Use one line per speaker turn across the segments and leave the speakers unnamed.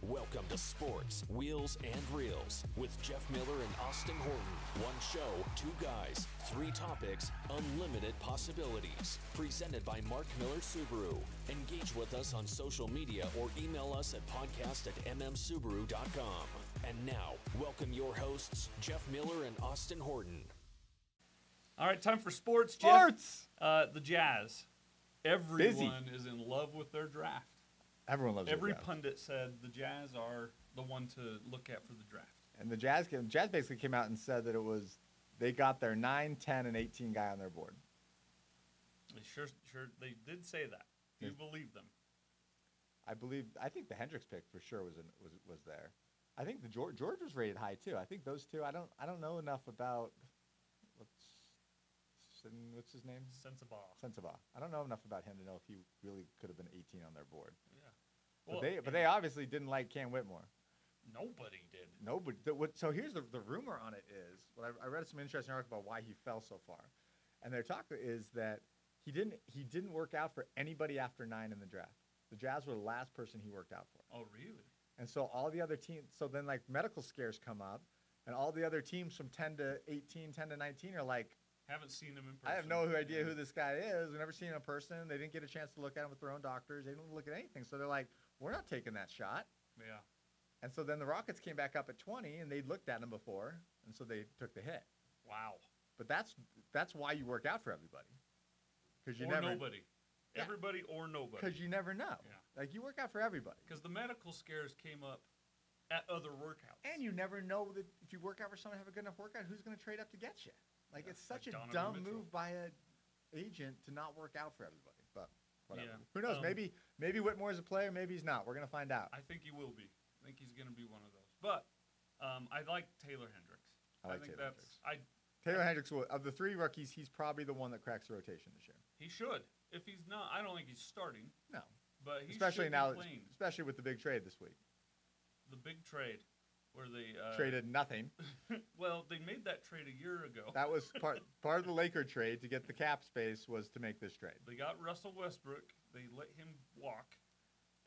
Welcome to Sports, Wheels, and Reels with Jeff Miller and Austin Horton. One show, two guys, three topics, unlimited possibilities. Presented by Mark Miller Subaru. Engage with us on social media or email us at podcast at mmsubaru.com. And now, welcome your hosts, Jeff Miller and Austin Horton.
All right, time for sports, Jeff.
Sports.
Uh, the Jazz. Everyone is in love with their draft.
Everyone loves
Every
the Jazz.
pundit said the Jazz are the one to look at for the draft.
and the Jazz came, Jazz basically came out and said that it was they got their 9, 10, and 18 guy on their board.
They sure, sure, they did say that. Do you
Yes.
believe them?
I believe I think the Hendricks pick for sure was in, was was there. I think the George, George was rated high too. I think those two. I don't I don't know enough about what's what's his name
Sense of awe.
Sensabaugh. I don't know enough about him to know if he really could have been 18 on their board.
Yeah.
But they but they obviously didn't like Cam Whitmore.
Nobody did.
No, but the, what, so here's the, the rumor on it is what I, I read some interesting article about why he fell so far, and their talk is that he didn't he didn't work out for anybody after nine in the draft. The Jazz were the last person he worked out for,
Oh, really?
and so all the other teams. So then like medical scares come up, and all the other teams from 10 to 18, 10 to 19 are like,
Haven't seen him in person.
I have no idea who this guy is. We've never seen him in person. They didn't get a chance to look at him with their own doctors. They didn't look at anything. So they're like, we're not taking that shot.
Yeah.
And so then the Rockets came back up at 20, and they'd looked at him before, and so they took the hit.
Wow.
But that's that's why you work out for everybody, because you
or
never
nobody.
Yeah.
Everybody or nobody.
because you never know.
Yeah.
Like you work out for everybody,
Because the medical scares came up at other workouts.
and you never know that if you work out for someone, have a good enough workout, who's going to trade up to get you? Like
Yeah,
it's such
like Donovan
a dumb
Mitchell.
move by an agent to not work out for everybody. But whatever.
Yeah.
Who knows?
Um,
maybe maybe Whitmore is a player, maybe he's not. We're going to find out.
I think he will be. I think he's going to be one of those. But um, I like Taylor Hendricks.
I like
think
Taylor
that's I.
Taylor Hendricks, will, of the three rookies, he's probably the one that cracks the rotation this year.
He should. If he's not, I don't think he's starting.
No,
But he
especially
should
now,
be playing.
especially with the big trade this week.
the big trade, where they uh,
Traded nothing.
Well, they made that trade a year ago.
That was part part of the Laker trade to get the cap space was to make this trade.
they got Russell Westbrook. They let him walk,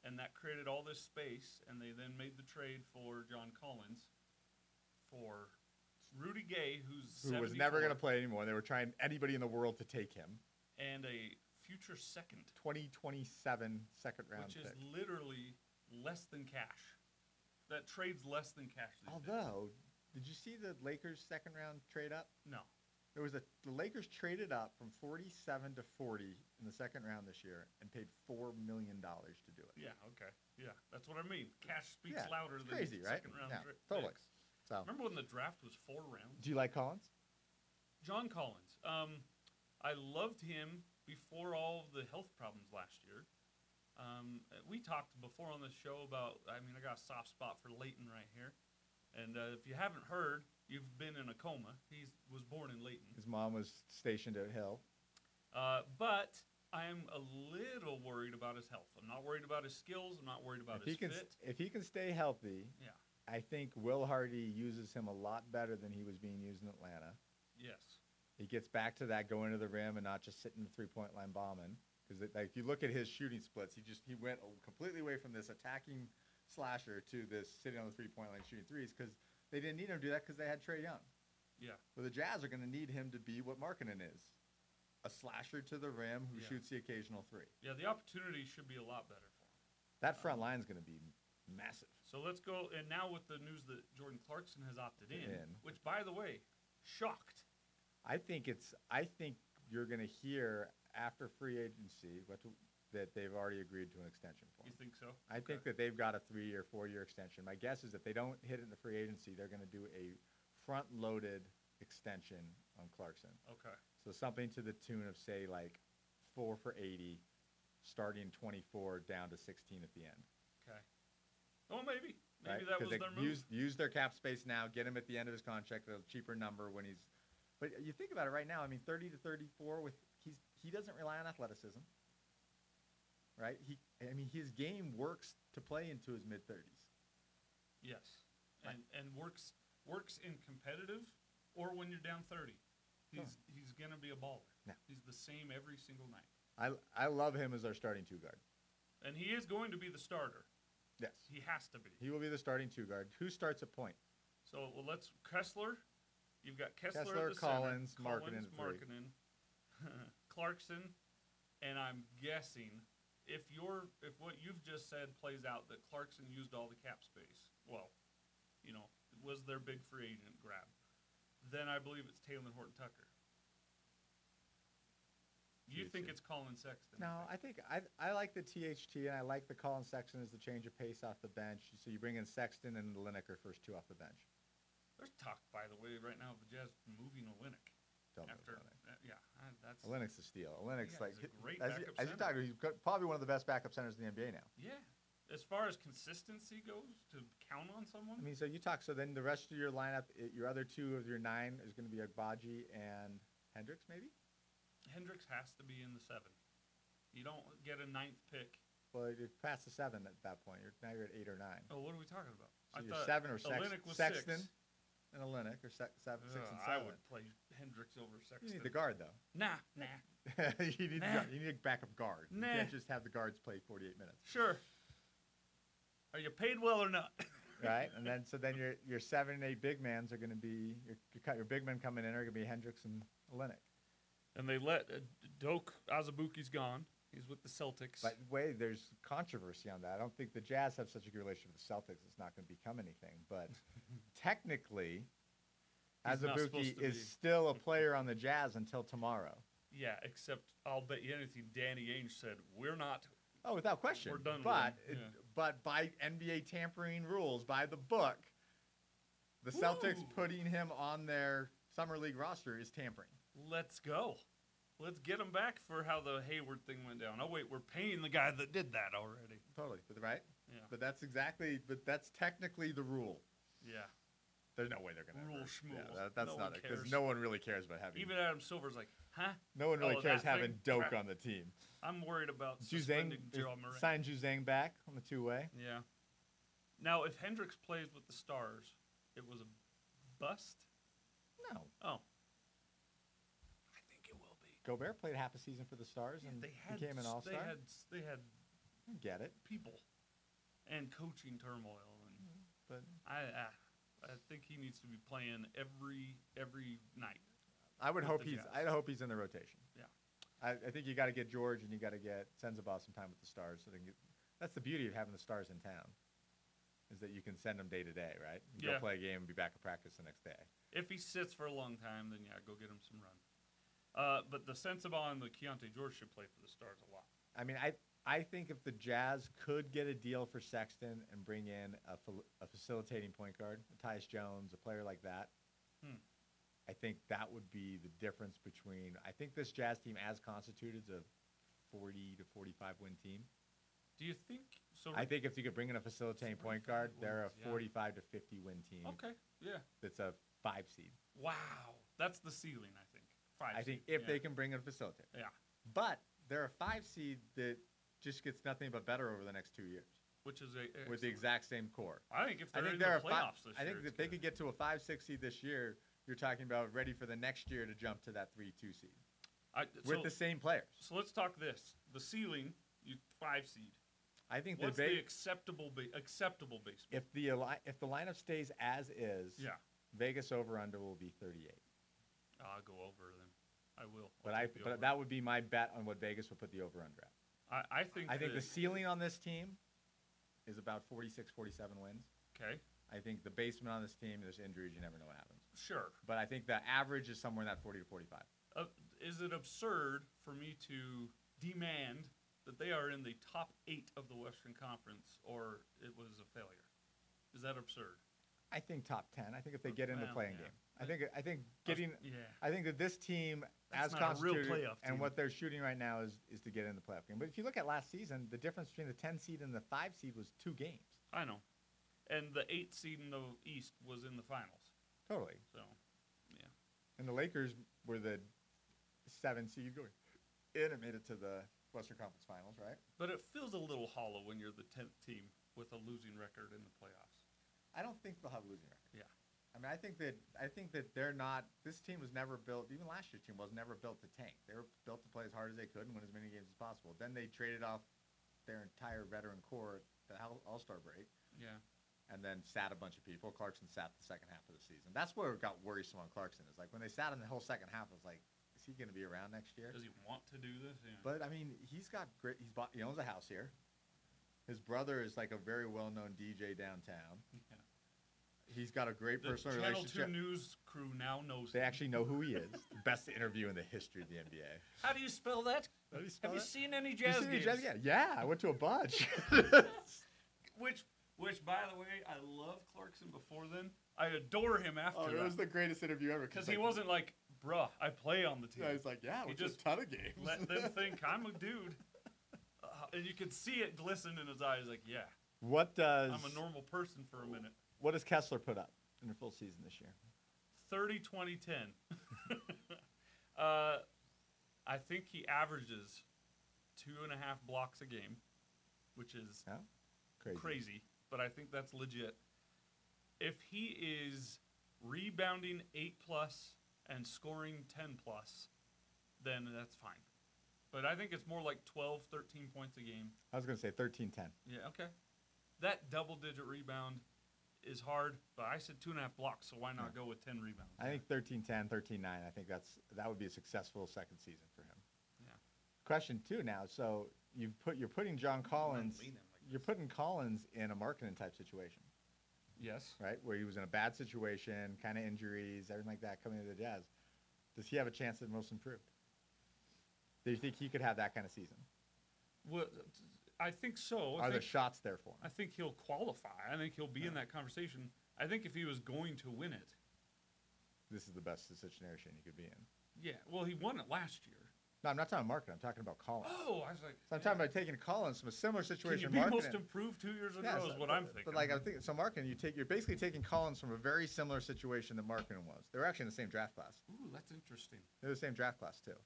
and that created all this space. And they then made the trade for John Collins, for Rudy Gay, who's
Who was never
74,
going to play anymore. They were trying anybody in the world to take him.
and a future second
2027 second round
which is
pick.
literally less than cash. That trades less than cash. These days.
Although, did you see the Lakers second round trade up?
no,
There was a the Lakers traded up from 47 to 40 in the second round this year and paid 4 million dollars to do it.
yeah, okay, yeah, that's what I mean. Cash speaks
Yeah,
louder
it's
than
crazy, right?
second round.
Yeah,
dra-
totally.
picks.
So,
Remember when the draft was four rounds?
do you like Collins?
John Collins. Um, I loved him before all of the health problems last year. Um, we talked before on the show about. I mean, I got a soft spot for Leighton right here, and uh, if you haven't heard, you've been in a coma. He was born in Leighton.
His mom was stationed at Hill.
Uh, but I'm a little worried about his health. I'm not worried about his skills. I'm not worried about
if
his
he can
fit.
if he can stay healthy,
Yeah.
I think Will Hardy uses him a lot better than he was being used in Atlanta.
Yes.
He gets back to that going to the rim and not just sitting the three point line bombing. Because like, if you look at his shooting splits, he just he went completely away from this attacking slasher to this sitting on the three point line shooting threes because they didn't need him to do that because they had Trey Young.
Yeah.
Well, the Jazz are going to need him to be what Markkinen is, a slasher to the rim who
Yeah.
shoots the occasional three.
Yeah. The opportunity should be a lot better for him.
That front line is going to be massive.
So let's go. And now with the news that Jordan Clarkson has opted in,
In.
which by the way, shocked.
I think it's. I think you're going to hear after free agency what to, that they've already agreed to an extension for.
You
Him.
think so?
I think that they've got a three-year, four-year extension. My guess is if they don't hit it in the free agency, they're going to do a front-loaded extension on Clarkson.
Okay.
So something to the tune of say like four for 80, starting 24 down to 16 at the end.
Okay. Oh, maybe. Maybe
right?
that
'Cause
was their
they
move.
use, use their cap space now, get him at the end of his contract at a cheaper number when he's. But you think about it right now. I mean, thirty to thirty-four with he's he doesn't rely on athleticism. Right? He, I mean, his game works to play into his mid thirties.
yes. And and works works in competitive, or when you're down thirty. He's he's gonna be a baller.
Yeah.
He's the same every single night.
I I love him as our starting two guard.
And he is going to be the starter.
Yes.
He has to be.
He will be the starting two guard. Who starts at point?
So well, let's Kessler. You've got Kessler,
Kessler,
at the center,
Collins, Markkanen at three.
Markkanen, Clarkson, and I'm guessing if your if what you've just said plays out that Clarkson used all the cap space. Well, you know, was their big free agent grab. Then I believe it's Taylor Horton Tucker. You
You
think
too.
it's Colin Sexton?
No, I think I I like the THT and I like the Colin Sexton as the change of pace off the bench. So you bring in Sexton and Lineker first two off the bench.
There's talk, by the way, right now of the Jazz moving Olenek
Don't move
after.
Olenek.
that- yeah, I- that's
Olenek. Lennox is steel. Lennox
Yeah,
like
he's a great
as, you,
backup
as you
center.
talk, he's got- probably one of the best backup centers in the NBA now.
yeah. As far as consistency goes, to count on someone,
I mean, so you talk. So then the rest of your lineup, i your other two of your nine is going to be Agbaji and Hendricks, maybe.
Hendricks has to be in the seven. You don't get a ninth pick.
Well, you're past the seven at that point. You're now you're at eight or nine.
Oh, what are we talking about?
So you're seven or sex,
Olynyk was
Sexton
six.
and a Linux or sec, seven, six
Ugh,
and
Uh, I
seven.
would play Hendricks over Sexton.
You need the guard though.
Nah, nah.
you need
Nah.
guard- you need a backup guard. You
Nah.
can't just have the guards play 48 minutes,
Sure. Are you paid well or not?
right? and then so then your your seven and eight big mans are going to be your your, cut- your big men coming in are going to be Hendricks and Linux.
and they let uh, Doke Azabuki's gone. He's with the Celtics.
By the way, there's controversy on that. I don't think the Jazz have such a good relationship with the Celtics. It's not going to become anything. But technically,
He's not supposed
Azabuki
to
is
be.
still a player on the Jazz until tomorrow.
yeah, except I'll bet you anything. Danny Ainge said we're not.
Oh, without question.
We're done with
But
him,
it-
yeah.
but by NBA tampering rules, by the book, the Celtics
Woo.
putting him on their summer league roster is tampering.
Let's go. Let's get him back for how the Hayward thing went down. Oh wait, we're paying the guy that did that already.
Totally, but right.
Yeah.
But that's exactly. But that's technically the rule.
Yeah.
There's no way they're going to
Rule
Yeah,
schmool.
that, that's
No
not
one
it because
cares.
no one really cares about having
Even Adam Silver's like, huh?
No one really
Oh,
cares
that
having
thing?
Doak
Crap.
on the team.
I'm worried about
Juzang
suspending Gerald Murray.
sign Juzang back on the two way.
Yeah. Now, if Hendricks plays with the Stars, it was a bust.
No,
Oh. I think it will be.
Gobert played half a season for the Stars and
they had
became
s-
an All
They
Star.
had s- they had
Get it?
people and coaching turmoil, and
Mm-hmm. But
I ah, I, I think he needs to be playing every every night.
I would
With
hope
the
he's.
Jazz.
I hope he's in the rotation.
Yeah.
I, I think you got to get George and you got to get Sensabaugh some time with the Stars. So they can get, that's the beauty of having the Stars in town, is that you can send them day to day, right? You
Yeah.
Go play a game and be back at practice the next day.
If he sits for a long time, then yeah, go get him some run. Uh, but the Sensabaugh and the Keontae George should play for the Stars a lot.
I mean, I I think if the Jazz could get a deal for Sexton and bring in a, fel- a facilitating point guard, a Tyus Jones, a player like that,
Hmm.
I think that would be the difference between. I think this Jazz team, as constituted, is a forty to forty-five win team.
Do you think so?
I think if you could bring in a facilitating point
45
guard, they're
wins,
a
yeah.
forty-five to fifty win team.
Okay. Yeah.
That's a five seed.
Wow. That's the ceiling, I think. Five.
I think
seed,
if
yeah.
they can bring in a facilitator,
Yeah.
but they're a five seed that just gets nothing but better over the next two years
Which is a.
with the
excellent.
exact same core.
I think if
I
they're
think
in
they're
the
a five,
playoffs this
I
year,
think
it's
if they
good.
could get to a five six seed this year, you're talking about ready for the next year to jump to that three two seed
I,
with
so,
the same players.
so let's talk this. The ceiling, you five seed.
I think the
What's the
Ve-
acceptable ba- acceptable baseball?
if the ali- if the lineup stays as is,
Yeah,
Vegas over under will be 38.
I'll go over them. I will. I'll
But I
take the
but
over.
that would be my bet on what Vegas would put the over under at.
I, I think
I think the
that-
ceiling on this team is about 46 47 wins.
okay,
I think the basement on this team there's injuries you never know what happens.
sure.
But I think the average is somewhere in that 40 to 45.
Uh, is it absurd for me to demand that they are in the top eight of the Western Conference, or it was a failure? Is that absurd?
I think top 10. I think if they get into
Well,
playing
yeah.
game. I think I think getting
yeah.
I think that this team,
That's
as
not a real
constituted,
playoff
and
team.
what they're shooting right now is is to get in the playoff game. But if you look at last season, the difference between the 10 seed and the five seed was two games.
I know. And the eight seed in the East was in the finals,
Totally.
so
And the Lakers were the seven seed going in and made it to the Western Conference Finals, right?
But it feels a little hollow when you're the tenth team with a losing record in the playoffs.
I don't think they'll have a losing record.
Yeah.
I mean, I think that I think that they're not. This team was never built. Even last year's team was never built to tank. They were built to play as hard as they could and win as many games as possible. Then they traded off their entire veteran core the All Star break,
Yeah.
and then sat a bunch of people. Clarkson sat the second half of the season. That's where it got worrisome on Clarkson. Is like when they sat him the whole second half. I was like, is he going to be around next year?
Does he want to do this? Yeah.
But I mean, he's got great. He's bought. He owns a house here. His brother is like a very well-known DJ downtown.
Yeah.
He's got a great
The
personal
Channel
relationship.
Two News crew now knows.
They
him.
actually know who he is. Best interview in the history of the NBA.
How do you spell that?
How do you
Have
spell
you
that?
seen any
You
jazz
seen the
games?
jazz- Yeah, yeah, I went to a bunch.
Which, which, by the way, I love Clarkson before then. I adore him after
oh, it was the greatest interview ever.
because
like-
he wasn't like, bruh, I play on the team.
Yeah, he's like, yeah,
He
we just
just
a ton of games.
Let them think I'm a dude. Uh, and you could see it glisten in his eyes, like, yeah,
what does
I'm a normal person for a minute.
what does Kessler put up in the full season this year?
30 20 10. uh, I think he averages two and a half blocks a game, which is
Yeah, crazy.
crazy, but I think that's legit. If he is rebounding eight plus and scoring 10 plus, then that's fine. But I think it's more like 12, 13 points a game.
I was gonna say 13-10.
Yeah, okay. That double digit rebound is hard, but I said two and a half blocks, so why not go with 10 rebounds?
I think 13-10, 13-9. I think that's that would be a successful second season for him.
Yeah.
Question two now. So you've put you're putting John Collins.
lean him like
You're putting Collins in a marketing type situation.
Yes.
right? Where he was in a bad situation, kind of injuries, everything like that coming into the Jazz. Does he have a chance at most improved? Do you think he could have that kind of season?
Well, I think so. I
Are the
think,
shots there for
I
him?
think he'll qualify. I think he'll be in that conversation. I think if he was going to win it,
This is the best situation he could be in.
yeah. Well, he won it last year.
No, I'm not talking market. I'm talking about Collins.
Oh, I was like,
So I'm talking about taking Collins from a similar
Can you
situation.
be most
marketing-
improved two years in a
Yeah,
row?
so-
Is what
but-
I'm thinking.
But like I'm thinking, so marketing, you take you're basically taking Collins from a very similar situation that marketing was. They were actually in the same draft class.
ooh, that's interesting.
They were the same draft class too.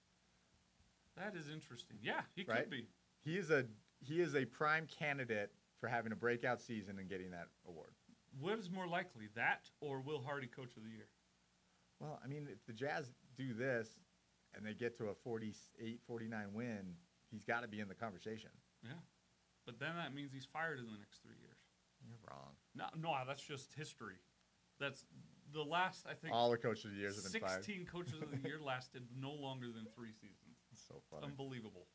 That is interesting. Yeah, he
Right?
could be.
He is a he is a prime candidate for having a breakout season and getting that award.
What is more likely, that or Will Hardy, Coach of the Year?
Well, I mean, if the Jazz do this and they get to a 48, 49 win, he's got to be in the conversation.
Yeah, but then that means he's fired in the next three years.
You're wrong.
No, no, that's just history. That's the last I think.
All the coaches of the years have been fired.
16 coaches of the year lasted no longer than three seasons.
It's so
It's
funny.
unbelievable.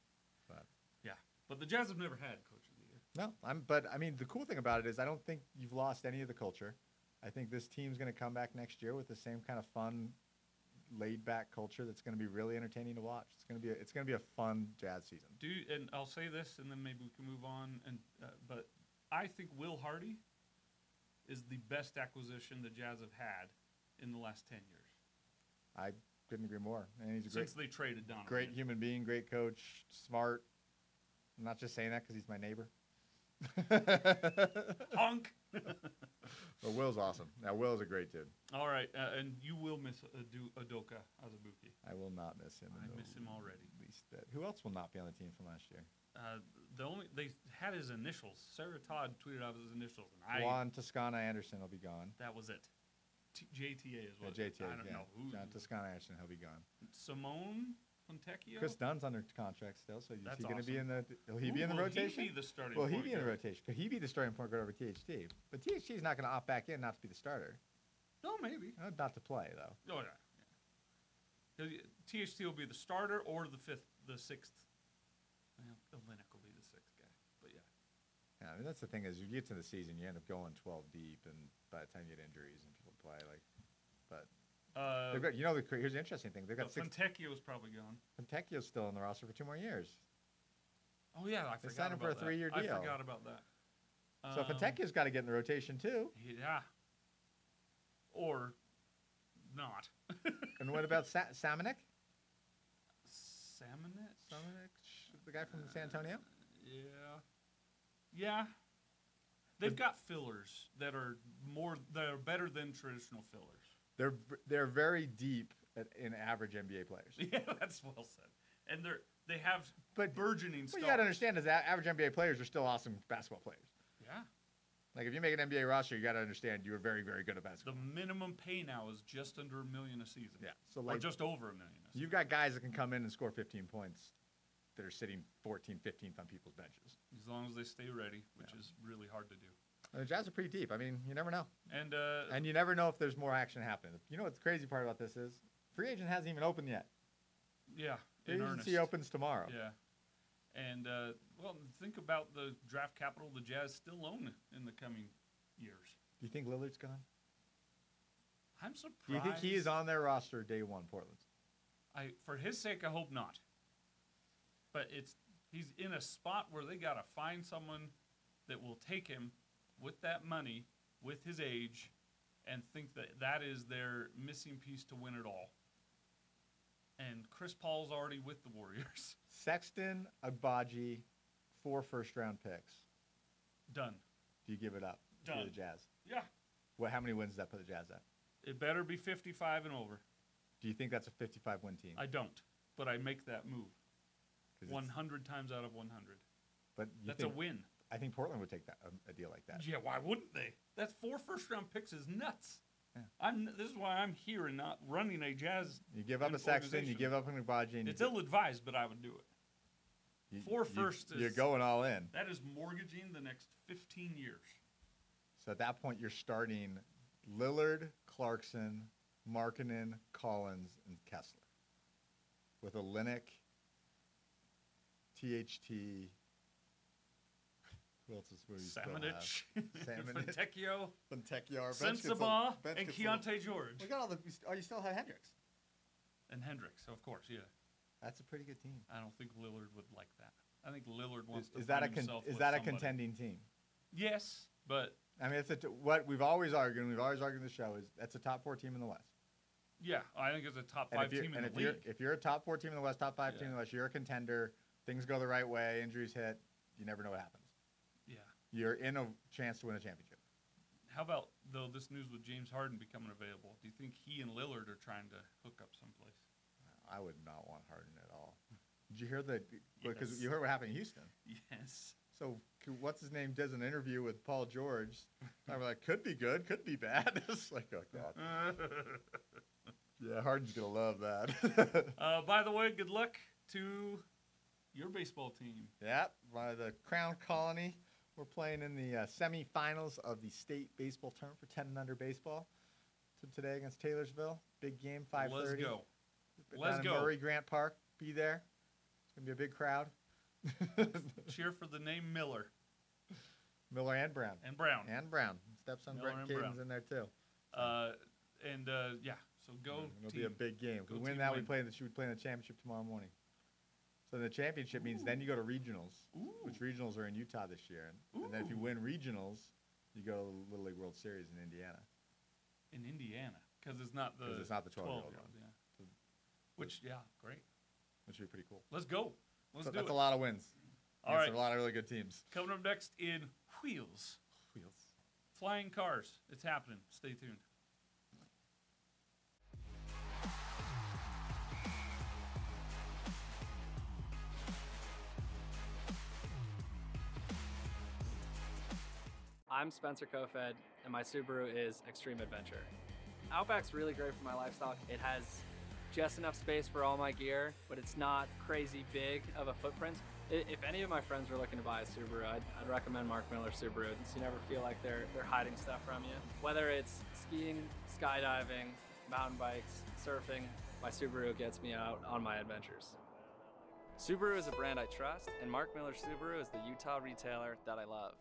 But-
Yeah. But the Jazz have never had coach of the year.
no, I'm. But I mean, the cool thing about it is, I don't think you've lost any of the culture. I think this team's going to come back next year with the same kind of fun, laid-back culture that's going to be really entertaining to watch. It's going to be. A, it's going to be a fun Jazz season.
Do you, and I'll say this, and then maybe we can move on. And uh, but I think Will Hardy is the best acquisition the Jazz have had in the last 10 years
I couldn't agree more. And he's a great,
since they traded Donovan.
great human being, great coach, smart. I'm not just saying that because he's my neighbor. but
honk.
Will's awesome. Now Will's a great dude.
All right, uh, and you will miss Adu- Adoka Azubuki.
I will not miss him. in
I
the
miss him already.
Least bit. Who else will not be on the team from last year?
Uh, the only they had his initials. Sarah Todd tweeted out his initials, and I
Juan Toscana Anderson will be gone.
That was it. T- JTA is
Yeah,
what it-
JTA,
I don't
yeah.
know who.
John Toscana Anderson, he'll be gone.
Simone Fontecchio.
Chris Dunn's under contract still, so is
That's
he going to be in
awesome.
the? Will he be
Ooh,
in the
will
rotation?
He be the starting.
will he
point
be in the
guard?
rotation? Could he be the starting point guard over THT? But THT is not going to opt back in not to be the starter.
No, maybe.
Uh, Not to play though.
Oh yeah. yeah. He'll- THT will be the starter or the fifth, the sixth. Well, Olenek will be the sixth guy, but yeah.
Yeah, I mean that's the thing is you get to the season, you end up going twelve deep, and by the time you get injuries and people play, like, but
Uh,
they've got you know the cra- here's the interesting thing they've
but
got six
Fontecchio is probably gone.
Fontecchio's still on the roster for two more years,
Oh yeah, I
They
forgot
signed him
about
for a
that.
three-year
I
deal.
forgot about that.
so
Um,
Fontecchio's got to get in the rotation too.
Yeah. Or not.
And what about Sa- Samanek?
Salmonet.
Samanek, Sh- the guy from San Antonio.
Yeah. Yeah. They've got fillers that are more that are better than traditional fillers.
They're v- they're very deep at, in average NBA players.
Yeah, that's well said. And they're they have
But-
burgeoning
What
stars.
you got to understand is that average NBA players are still awesome basketball players.
Yeah.
Like if you make an NBA roster, you got to understand you are very very good at
The
basketball.
minimum pay now is just under a million a season.
yeah. So like
or just over a million. A season.
You've got guys that can come in and score 15 points that are sitting 14, 15th on people's benches.
as long as they stay ready, which
Yeah.
is really hard to do.
The Jazz are pretty deep. I mean, you never know.
And uh,
And you never know if there's more action happening. You know what the crazy part about this is? Free agent hasn't even opened yet.
yeah,
Free
in
agency
earnest.
opens tomorrow.
Yeah. And uh, well, think about the draft capital the Jazz still own in the coming years.
Do you think Lillard's gone?
I'm surprised.
Do you think he is on their roster day one, Portland?
I for his sake, I hope not. But it's he's in a spot where they gotta find someone that will take him with that money, with his age, and think that that is their missing piece to win it all. And Chris Paul's already with the Warriors.
Sexton, Agbaji, four first round picks.
Done.
Do you give it up to the
Done.
Jazz?
Yeah.
Well, how many wins does that put the Jazz at?
It better be 55 and over.
Do you think that's a 55 win team?
I don't, but I make that move
'Cause it's-
100 times out of 100.
But you
That's
think,
a win.
I think Portland would take that um, a, a deal like that.
Yeah, why wouldn't they? That's four first round picks is nuts.
Yeah.
I'm this is why I'm here and not running a jazz.
You give up
An
a Sexton, you
organization.
give up an Agbaji, and
It's
you,
ill advised, but I would do it.
you,
four
you-
first
You're
is-
going all in.
That is mortgaging the next 15 years.
So at that point, you're starting Lillard, Clarkson, Markinen, Collins, and Kessler with a Linux, THT. Who else is who do you still have?
Samanich,
Samanich.
Fontecchio,
Fontecchio, bench gets a-
Sensabaugh,
bench
and
gets a little-
Keontae George.
We got all the. you st- Oh, you still have Hendricks.
And Hendricks, of course, yeah.
That's a pretty good team.
I don't think Lillard would like that. I think Lillard wants
Is,
to
is that a
find
con-
himself
is
with
that a
somebody.
contending team?
Yes, but
I mean, it's a t- what we've always argued. and We've always argued in the show is that's a top four team in the West.
yeah, I think it's a top
And
five
if you're,
team in
and
the
if
league.
you're if you're a top four team in the West, top five team in
Yeah.
the West, you're a contender. Things go the right way, injuries hit, you never know what happens.
Yeah.
You're in a chance to win a championship.
How about though this news with James Harden becoming available? Do you think he and Lillard are trying to hook up someplace?
I would not want Harden at all. Did you hear the? Because
Yes.
you heard what happened in Houston.
Yes.
So c- what's his name does an interview with Paul George. I was like, could be good, could be bad. it's like, oh god, yeah, Harden's gonna love that.
uh, by the way, good luck to your baseball team.
Yep, by the Crown Colony. We're playing in the uh, semifinals of the state baseball term for 10 and under baseball t- today against Taylorsville. Big game, 5:30.
Let's go.
down
Let's
in
go.
Murray Grant Park. Be there. It's gonna be a big crowd.
Cheer for the name Miller
Miller and Brown.
and Brown.
And Brown. Stepson
Miller
Brett
and Brown.
Caden's in there too.
Uh, and uh, yeah, so go
It'll
team.
be a big game. If
Go
we win
team
that, we
win.
play in the, we play in the championship tomorrow morning. So the championship means then you go to regionals.
Ooh,
which regionals are in Utah this year. And, and then if you
Ooh.
win regionals, you go to the Little League World Series in Indiana.
in Indiana because it's not the
'Cause it's not the 12-year-old
12-year-old, yeah.
The-
Which yeah, great.
which would be pretty cool.
Let's go. Let's
So
do
that's
it.
a lot of wins.
All
That's
right.
a lot of really good teams.
Coming up next in Wheels. Flying cars. It's happening. Stay tuned.
I'm Spencer Kofed, and my Subaru is Extreme Adventure. Outback's really great for my lifestyle. It has just enough space for all my gear, but it's not crazy big of a footprint. I- If any of my friends were looking to buy a Subaru, I'd, I'd recommend Mark Miller Subaru, so you never feel like they're they're hiding stuff from you. Whether it's skiing, skydiving, mountain bikes, surfing, my Subaru gets me out on my adventures. Subaru is a brand I trust, and Mark Miller Subaru is the Utah retailer that I love.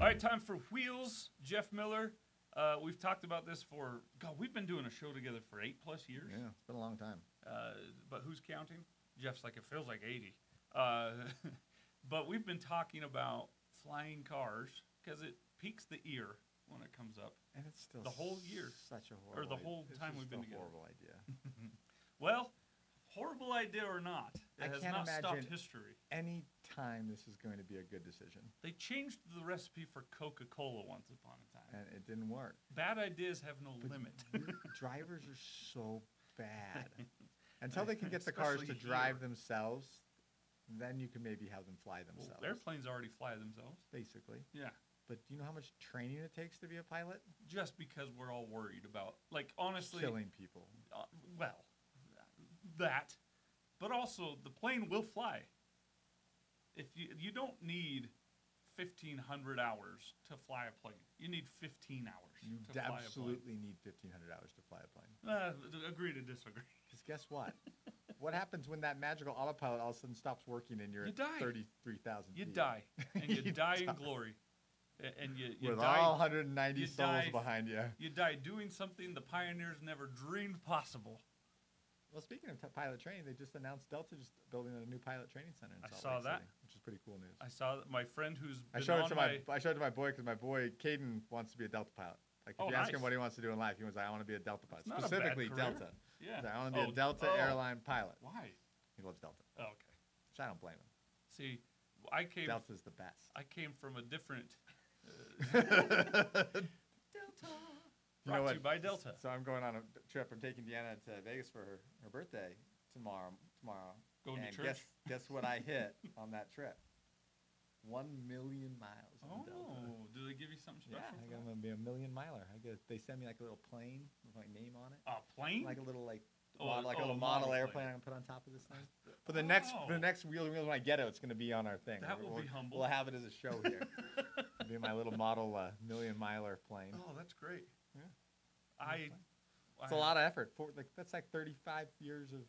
All right, time for Wheels. Jeff Miller. Uh, we've talked about this for God. We've been doing a show together for eight plus years.
Yeah, it's been a long time.
Uh, but who's counting? Jeff's like it feels like eighty. Uh, but we've been talking about flying cars because it piques the ear when it comes up.
And it's still
The whole year.
such a
Or
horrible
the whole
it's
time
just
we've been
a
together.
Horrible idea.
Well, horrible idea or not, it
I
has
can't
not stopped
imagine-
history.
Any time this is going to be a good decision,
They changed the recipe for Coca-Cola once upon a time.
and it didn't work.
Bad ideas have no
But
limit.
we- drivers are so bad. Until they can get the cars to
Especially
drive
here.
themselves, then you can maybe have them fly
Well,
themselves.
airplanes already fly themselves.
basically.
Yeah.
But do you know how much training it takes to be a pilot?
Just because we're all worried about, like, honestly,
Killing people.
uh, well, that, but also the plane will fly. if you you don't need 1500 hours to fly a plane. You need 15 hours
You
to
d-
fly a plane.
absolutely need 1,500 hours to fly a plane.
Uh, d- agree to disagree.
Because guess what? what happens when that magical autopilot all of a sudden stops working and you're
You
at
die.
33,000
You
feet?
die, and you,
You
die,
die.
in glory, A- and you you
With
die
all 190
you
souls
die-
behind you.
you die doing something the pioneers never dreamed possible.
Well, speaking of t- pilot training, they just announced Delta just building a new pilot training center in
I
Salt
saw
Lake
that.
City, which is pretty cool news.
I saw that my friend who's
I
been
showed it
on
to
my
my, I showed it to my boy because my boy Caden wants to be a Delta pilot. Like if
Oh,
you ask him
nice.
what he wants to do in life, he was like, I want to be a Delta pilot,
not a bad
specifically
career.
Delta. He's
yeah.
like, I want to be
Oh,
a Delta
oh,
airline pilot.
Why?
He loves Delta,
Oh, okay.
which I don't blame him.
See, I came
Delta's the best.
I came from a different
you
Delta.
know
Brought to
what?
you by Delta.
So I'm going on a trip. I'm taking Deanna to Vegas for her, her birthday tomorrow. Tomorrow.
Going to
and
church?
Guess, guess what I hit on that trip? One million miles.
Oh,
on Delta.
do they give you something
Yeah,
special?
I
for
think
that?
I'm gonna be a million miler. I get, they send me like a little plane with my name on it,
a plane?
like a little like
Oh,
model, like
oh,
a little
a model
model,
plane.
airplane I'm gonna put on top of this thing. For the next for
Oh.
the next wheel to wheel when I get it, it's gonna be on our thing.
That
We're-
will
we'll,
be humble.
We'll have it as a show here. It'll be my little model uh, million miler plane.
oh, that's great.
Yeah.
I,
It's a lot of effort. For like that's like 35 years of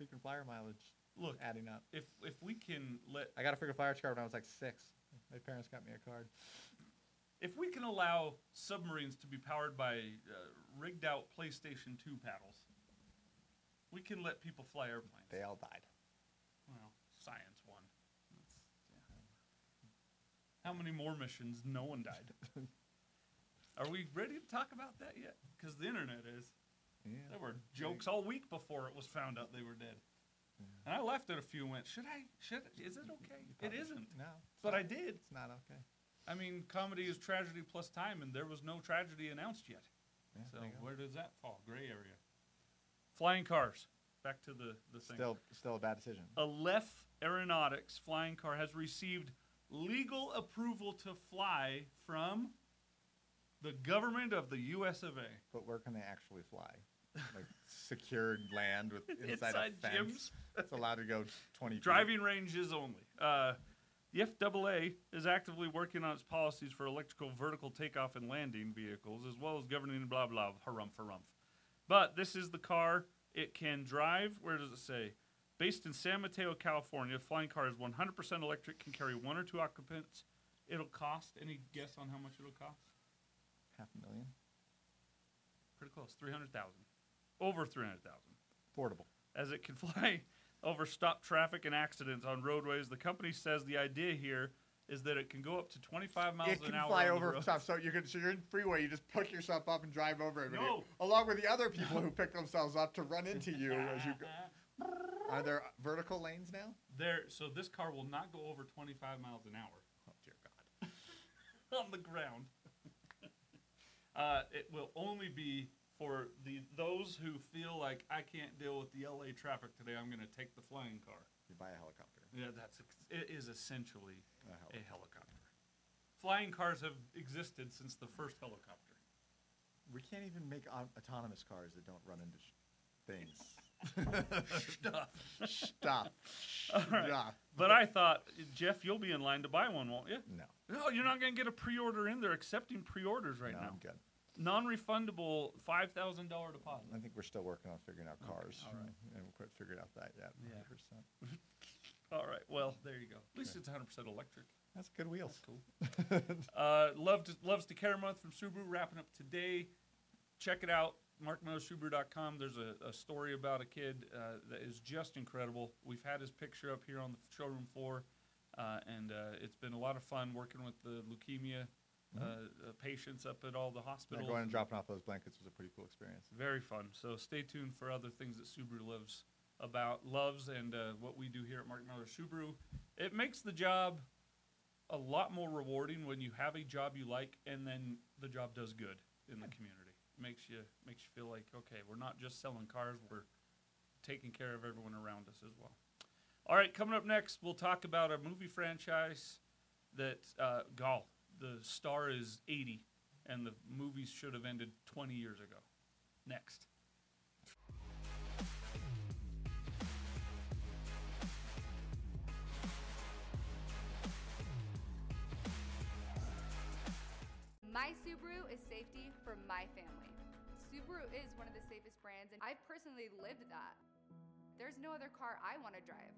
freaking flyer mileage
Look,
adding up.
if if we can let
I got a freaking flyer card when I was like six. My parents got me a card.
if we can allow submarines to be powered by uh, rigged out PlayStation 2 paddles, we can let people fly airplanes.
They all died.
Well, science won. That's, yeah. How many more missions? No one died. Are we ready to talk about that yet? Because the internet is.
Yeah.
There were jokes all week before it was found out they were dead. And I laughed at a few and went, should I? Should Is it okay? It
Probably-
isn't.
No.
But I did.
It's not okay.
I mean, comedy is tragedy plus time, and there was no tragedy announced yet.
Yeah,
so
there you go.
where does that fall? Gray area. Flying cars. Back to the, the thing.
Still, still a bad decision.
Aleph Aeronautics flying car has received legal approval to fly from the government of the US of A.
But where can they actually fly? Like secured land with inside,
Inside
a
gyms.
fence. It's allowed to go 20 feet.
Driving ranges only. Uh, the FAA is actively working on its policies for electrical vertical takeoff and landing vehicles, as well as governing blah blah harumph harumph. But this is the car. It can drive. Where does it say? Based in San Mateo, California, the flying car is 100% electric. Can carry one or two occupants. It'll cost. Any guess on how much it'll cost?
Half a million.
Pretty close. Three hundred thousand. Over three hundred thousand.
Affordable.
as it can fly over stop traffic and accidents on roadways. The company says the idea here is that it can go up to 25 miles
it
an
can
hour.
fly
on the
over
road.
stuff. So you can, so you're in freeway. You just pick yourself up and drive over everybody,
No.
along with the other people who pick themselves up to run into you as you go. Are there vertical lanes now?
Uh-huh. There, so this car will not go over 25 miles an hour. Oh dear God! on the ground. uh, it will only be for the those who feel like I can't deal with the LA traffic today. I'm going to take the flying car.
You buy a helicopter.
Yeah, that's ex- it is essentially a
A helicopter.
helicopter. Flying cars have existed since the first helicopter.
We can't even make au- autonomous cars that don't run into sh- things.
Stuff.
Stop.
right.
Stop.
But I thought, Jeff, you'll be in line to buy one, won't you?
No.
No, you're not going to get a pre-order in. They're accepting pre-orders right
no,
now.
I'm good.
Non-refundable five thousand dollar deposit.
I think we're still working on figuring out cars.
all right.
We haven't quite figured out that yet.
Yeah.
100%.
All right. Well, there you go. At least it's 100 percent electric.
That's good wheels.
That's cool. uh, loved loves to care month from Subaru wrapping up today. Check it out, markmillersubaru.com. There's a, a story about a kid uh, that is just incredible. We've had his picture up here on the showroom floor, uh, and uh, it's been a lot of fun working with the leukemia uh, uh, patients up at all the
Yeah,
hospitals.
going and dropping off those blankets was a pretty cool experience.
Very fun. So stay tuned for other things that Subaru loves about loves and uh, what we do here at Mark Miller Subaru. It makes the job a lot more rewarding when you have a job you like and then the job does good in the community. Makes you makes you feel like okay, we're not just selling cars, we're taking care of everyone around us as well. All right, coming up next, we'll talk about a movie franchise that uh, Gall, the star is 80, and the movies should have ended 20 years ago. Next.
My Subaru is safety for my family. Subaru is one of the safest brands, and I've personally lived that. There's no other car I want to drive.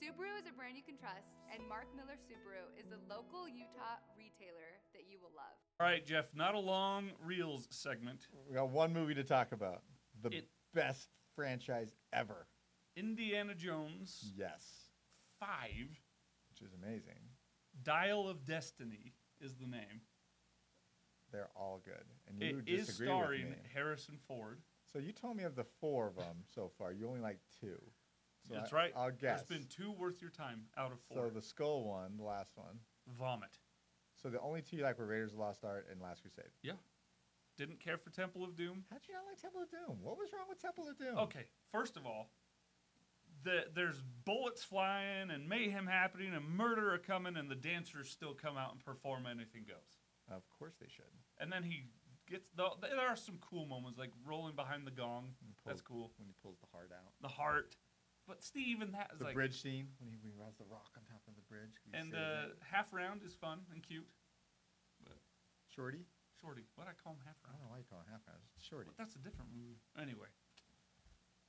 Subaru is a brand you can trust, and Mark Miller Subaru is the local Utah retailer that you will love.
All right, Jeff, not a long reels segment.
We got one movie to talk about. The
It-
best franchise ever.
Indiana Jones
Yes.
5
Which is amazing.
Dial of Destiny is the name.
They're all good. And you
It is
disagree with
starring
me.
Harrison Ford.
So you told me of the four of them so far, you only like two. So
That's
I-
right.
I'll guess.
There's been two worth your time out of
so
four.
the skull one, the last one.
Vomit.
So the only two you like were Raiders of the Lost Art and Last Crusade.
Yeah. Didn't care for Temple of Doom.
How'd you not like Temple of Doom? What was wrong with Temple of Doom?
Okay, first of all, the, there's bullets flying and mayhem happening and murder are coming and the dancers still come out and perform anything goes.
Of course they should.
And then he gets the, there are some cool moments like rolling behind the gong.
When he
That's
pulls-
cool.
When he pulls the heart out.
The heart. But see, even that is
the
like
bridge scene when he, when he rides the rock on top of the bridge. we
and
say
uh,
that.
half round is fun and cute. But
Shorty.
shorty, what I call him half
I
round.
don't know why you call it half hours. It's Shorty.
But that's a different movie. Anyway,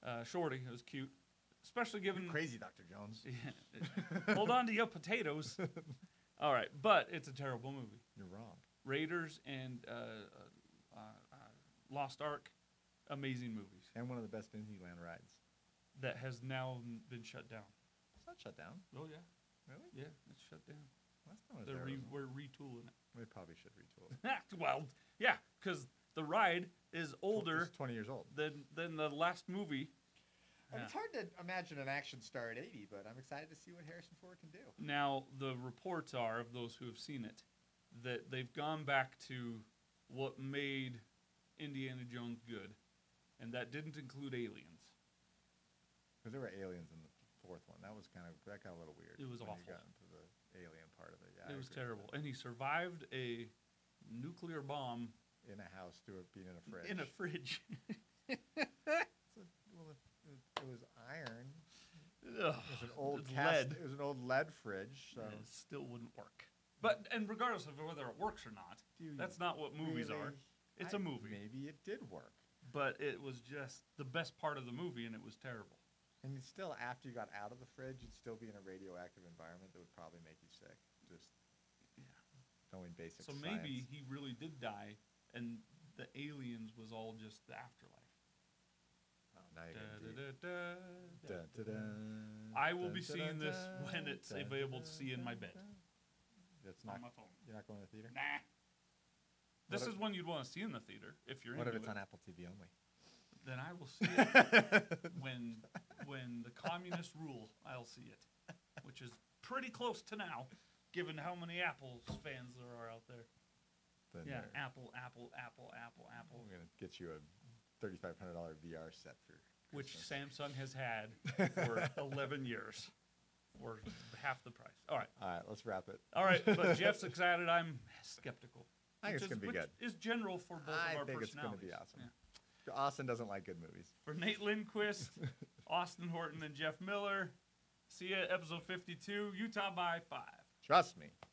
uh, shorty it was cute, especially given
Crazy Dr. Jones.
Hold on to your potatoes. All right, but it's a terrible movie.
You're wrong.
Raiders and uh, uh, uh, Lost Ark, amazing movies
And one of the best Disneyland rides.
that has now n- been shut down.
It's not shut down.
Oh yeah,
Really?
yeah, it's shut down.
Last time I was
They're
there, it
re-
wasn't.
we're retooling it.
we probably should retool it.
Ah, well, yeah, because the ride is older
It's 20 years old.
than than the last movie.
And It's hard to imagine an action star at 80, but I'm excited to see what Harrison Ford can do.
Now, the reports are of those who have seen it that they've gone back to what made Indiana Jones good, and that didn't include aliens.
Because there were aliens in the fourth one. That was kind of that got a little weird.
It was
when
awful.
you got into the alien part of it. Yeah,
it
I
was
agree
terrible.
with
And he survived a nuclear bomb
that. In a house, through it being in a fridge.
in a fridge.
It's a- well, it, it- it was iron.
Ugh,
It was an old
it's
cast,
lead.
It was an old lead fridge. So
It still wouldn't work. But and regardless of whether it works or not,
Do
that's
you
not what movies are.
really-
It's
I-
a movie.
Maybe it did work.
But it was just the best part of the movie, and it was terrible.
And it's still, after you got out of the fridge, you'd still be in a radioactive environment that would probably make you sick. Just knowing basic
So
science.
maybe he really did die, and the aliens was all just the afterlife.
Oh, now you're
Da,
gonna
da,
be-
da, da,
Dun,
da,
dun,
da.
dun,
I will
dun,
be
dun,
seeing this
dun,
when it's
dun,
available to
dun,
see in my
dun,
bed.
dun. That's
on
not.
my phone.
You're not going to the theater.
Nah. This
What
is
if-
one you'd want to see in the theater if you're
What if
into
it's
it.
on Apple TV only?
Then I will see it when when the communists rule. I'll see it, which is pretty close to now, given how many Apple fans there are out there.
Then
yeah,
there- Oh,
Apple, Apple, Apple, Apple, Apple,
We're going to get you a thirty-five hundred dollar VR set for.
which
Christmas.
Samsung has had for 11 years, or half the price. All right.
All right, let's wrap it.
All right, but Jeff's excited. I'm skeptical.
I think
which
it's
is-
gonna be
which
good.
Is general for both
I
of our
think it's going to
personalities.
be awesome.
Yeah.
Austin doesn't like good movies.
For Nate Lindquist, Austin Horton, and Jeff Miller. See you at episode 52, Utah by 5.
Trust me.